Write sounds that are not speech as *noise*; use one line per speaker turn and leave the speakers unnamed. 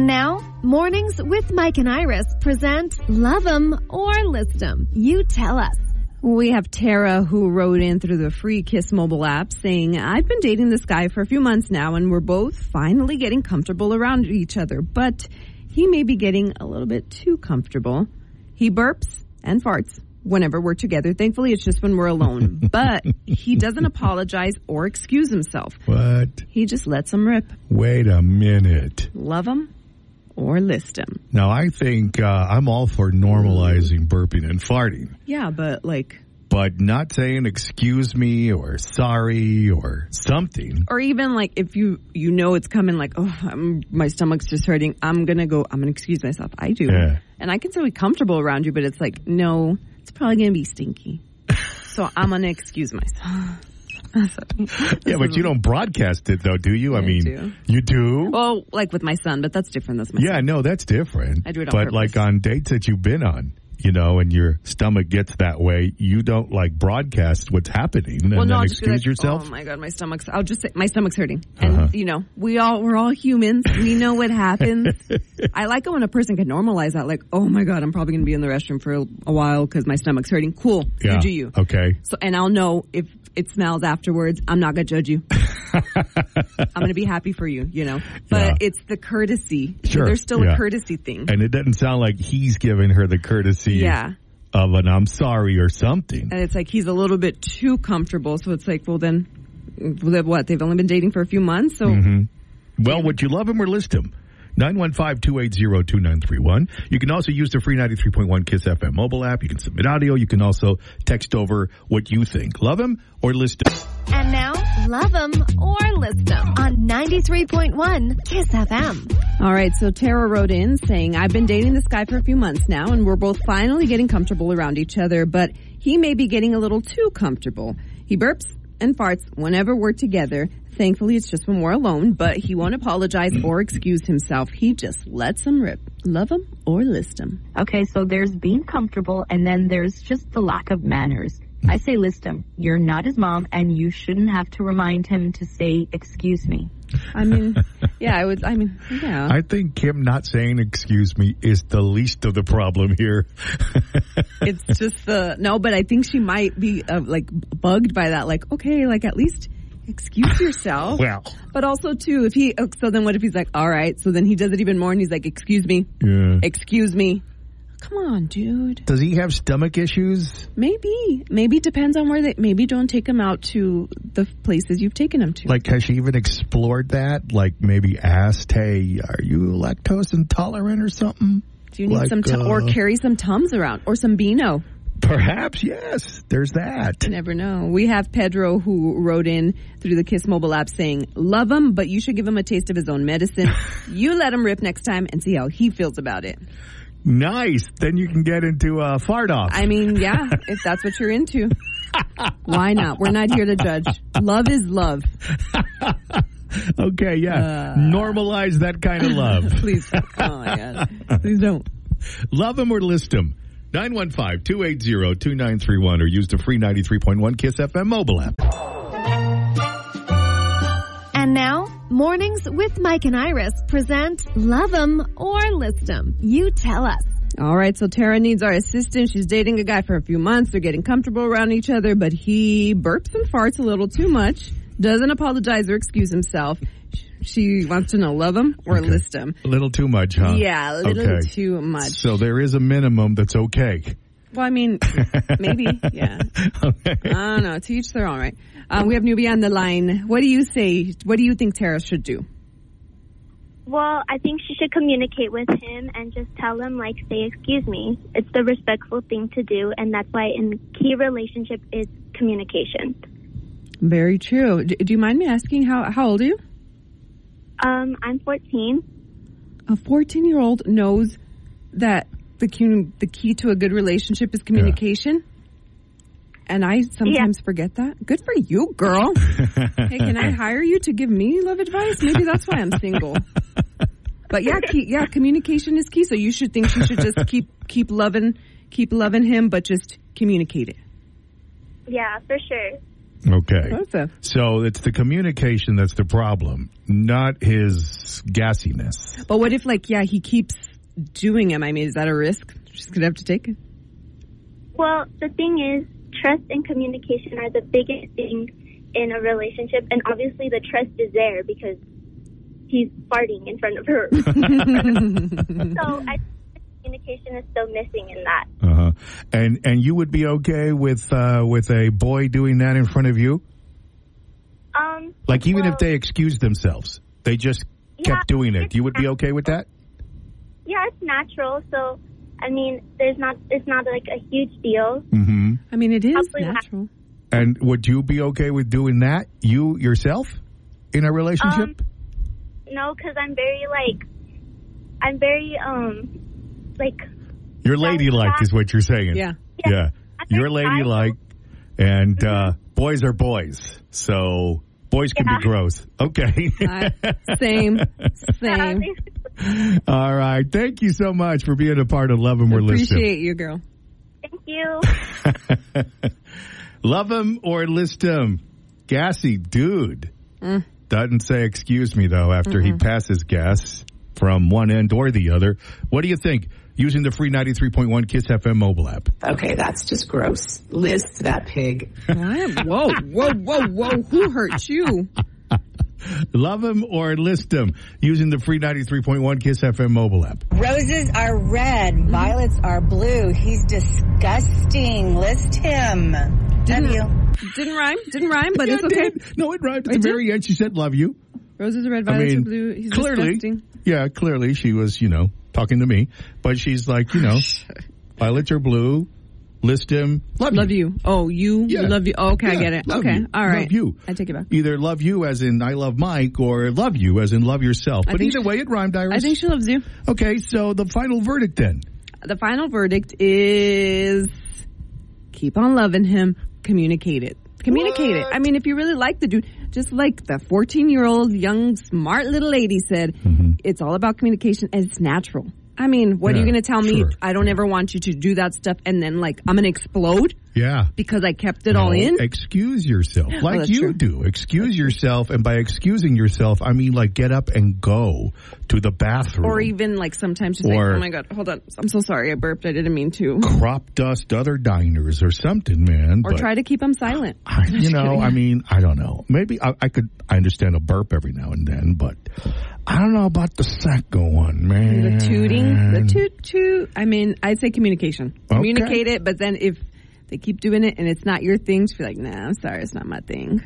now, Mornings with Mike and Iris present Love 'em or List 'em. You tell us.
We have Tara who wrote in through the free Kiss mobile app saying, I've been dating this guy for a few months now and we're both finally getting comfortable around each other, but he may be getting a little bit too comfortable. He burps and farts whenever we're together. Thankfully, it's just when we're alone, but he doesn't apologize or excuse himself.
What?
He just lets him rip.
Wait a minute.
Love him or list him.
Now, I think uh, I'm all for normalizing burping and farting,
Yeah, but like,
but not saying excuse me or sorry or something.
or even like if you you know it's coming like oh I'm, my stomach's just hurting i'm gonna go i'm gonna excuse myself i do
Yeah.
and i can still be comfortable around you but it's like no it's probably gonna be stinky so i'm gonna excuse *sighs* myself
Yeah, but you don't broadcast it though, do you? I, mean,
do.
you do?
well like with my son but that's different that's my
yeah, no, that's different.
I do it on
But
purpose.
like on dates that you've been on, you know, and your stomach gets that way, you don't like broadcast what's happening and
well,
then
no, I'll just be
excuse
like,
yourself. Uh-huh.
Oh my god, my stomach's. I'll just say my stomach's hurting, and you know, we all we're all humans. We know
*laughs*
what happens. I like it when a person can normalize that. Like, oh my god, I'm probably going to be in the restroom for a, a while because my stomach's hurting. Cool,
yeah. Uh-huh.
you do you.
Okay.
So, and I'll know if it smells afterwards. I'm not gonna
*laughs*
judge you. I'm gonna be happy for you, you know. But
Yeah.
it's the courtesy.
Sure,
There's still
yeah.
a courtesy thing.
And it doesn't sound like he's giving her the courtesy
Yeah. Uh,
of an I'm sorry or something.
and it's like he's a little bit too comfortable. So it's like, well, then, well, then what? They've only been dating for a few months,
Mm-hmm.
so
Well, would you love him or list him? 915-280-2931. You can also use the free 93.1 KISS FM mobile app. You can submit audio. You can also text over what you think. Love him or list him?
And now, Love 'em or List 'em on 93.1 Kiss FM.
All right, so Tara wrote in saying, I've been dating this guy for a few months now, and we're both finally getting comfortable around each other, but he may be getting a little too comfortable. He burps and farts whenever we're together. Thankfully, it's just when we're alone, but he won't apologize or excuse himself. He just lets him rip. Love him or list him.
Okay, so there's being comfortable and then there's just the lack of manners. I say list him. You're not his mom and you shouldn't have to remind him to say excuse me.
I
*laughs*
mean, yeah, I would, I mean, yeah.
I think Kim not saying excuse me is the least of the problem here.
it's just the no but i think she might be uh, like bugged by that like okay like at least excuse yourself
Well.
but also too if he oh, so then what if he's like all right so then he does it even more and he's like excuse me
Yeah.
excuse me come on dude
Does he have stomach issues?
maybe maybe depends on where they maybe don't take him out to the places you've taken him to
Like, has she even explored that? Like, maybe asked, hey, are you lactose intolerant or something?
do you need
like,
some t- or
uh,
carry some tums around or some beano
Perhaps, yes. There's that.
You never know. We have Pedro who wrote in through the Kiss mobile app saying, "Love him, but you should give him a taste of his
*laughs*
own medicine. you let him rip next time and see how he feels about it."
Nice. Then you can get into a fart off.
I mean, yeah, if that's what you're into, why not? We're not here to judge. Love is love.
Okay,
Uh.
yeah. Normalize that kind of
*laughs*
love.
Please, oh my god, please don't.
love them or list them. 915-280-2931 or use the free 93.1 KISS FM mobile app.
And now, Mornings with Mike and Iris present Love 'em or List 'em. You tell us.
All right, so Tara needs our assistance. She's dating a guy for a few months. They're getting comfortable around each other, but he burps and farts a little too much, doesn't apologize or excuse himself. She wants to know love him or list him.
A little too much, huh?
Yeah, a little
Uh, Okay.
too much.
So there is a minimum that's okay.
Well, I mean, maybe, yeah. I don't know. To each their own, right? Um, we have newbie on the line. What do you say? What do you think Tara should do?
Well, I think she should communicate with him and just tell him, like, say, excuse me. It's the respectful thing to do, and that's why in key relationship is communication.
Very true. D- do you mind me asking how how old are you?
Um, I'm 14.
a 14 year old knows that the key, the key to a good relationship is communication. And I sometimes forget that. Good for you, girl. hey, can I hire you to give me love advice? Maybe that's why I'm single. But yeah, key, yeah, communication is key. So you should think she should just keep keep loving keep loving him, but just communicate it.
Yeah, for sure.
Okay.
That's a-
So it's the communication that's the problem, not his gassiness.
But what if, like, yeah, he keeps doing him? I mean, is that a risk? She's gonna have to take it.
Well, the thing is, trust and communication are the biggest thing in a relationship, and obviously the trust is there because he's farting in front of her. so I think communication is still missing in that.
Uh-huh. And and you would be okay with uh, with a boy doing that in front of you?
Um,
Like even
well,
if they excused themselves, they just
Yeah.
kept doing it. You would be okay with that?
yeah, it's natural. So I mean, there's not it's not like a huge deal.
Mm-hmm.
I mean, it is
Probably not.
natural.
And would you be okay with doing that you yourself in a relationship?
Um, no, because I'm very like I'm very um like
You're ladylike is what you're saying.
Yeah.
Yeah. You're
I- Mm-hmm.
ladylike and uh, boys are boys. So boys can
Yeah.
be gross. Okay.
I, same, same.
*laughs* All right. Thank you so much for being a part of Love 'em or List 'em.
Appreciate you, girl.
*laughs* Thank you.
Love 'em or List 'em. Gassy dude.
Mm.
Doesn't say excuse me though after he passes gas from one end or the other. What do you think? Using the free 93.1 Kiss FM mobile app.
Okay, that's just gross. Liz, that pig.
What? Whoa, whoa, whoa, whoa! Who hurt you?
Love 'em or list 'em using the free 93.1 Kiss FM mobile app.
Roses are red, violets are blue. He's disgusting. List him. Love you.
Didn't rhyme. Didn't rhyme, but it's
Yeah,
okay.
it did. No, it rhymed at the very end. She said, love you.
Roses are red,
I
violets
mean,
are blue. He's
clearly.
disgusting.
Yeah, clearly she was, you know, talking to me. But she's like, you
*laughs*
know, violets are blue. List him. Love,
Love you. Oh, you
Yeah.
love you. Oh, okay, I
Yeah,
get it.
love
Okay,
you.
all right.
Love you.
I take it back.
Either love you as in I love Mike or love you as in love yourself. But
think
either
she-
way, it rhymed, Iris.
I think she loves you.
okay, so the final verdict then.
The final verdict is keep on loving him. Communicate it. Communicate it. I mean, if you really like the dude, just like the 14 year old young smart little lady said, it's all about communication and it's natural. I mean, what are
Mm-hmm. Yeah,
you going to tell me?
sure.
I don't ever want you to do that stuff and then like I'm going to explode
Yeah.
because I kept it all
No,
in. Oh,
Excuse yourself, like
that's
you
true.
do. Excuse yourself, and by excusing yourself, I mean like get up and go to the bathroom,
Or even like sometimes she's
Or-
like, oh my God, hold on. I'm so sorry. I burped. I didn't mean to.
crop dust other diners or something, man.
Or
but
try to keep him silent.
I, you know, I mean, I don't know. Maybe I, I could. I understand a burp every now and then, but I don't know about the second one, man.
The tooting, the toot toot. I mean, I'd say communication.
Okay.
Communicate it, but then if they keep doing it and it's not your thing, just be like, nah, I'm sorry, it's not my thing.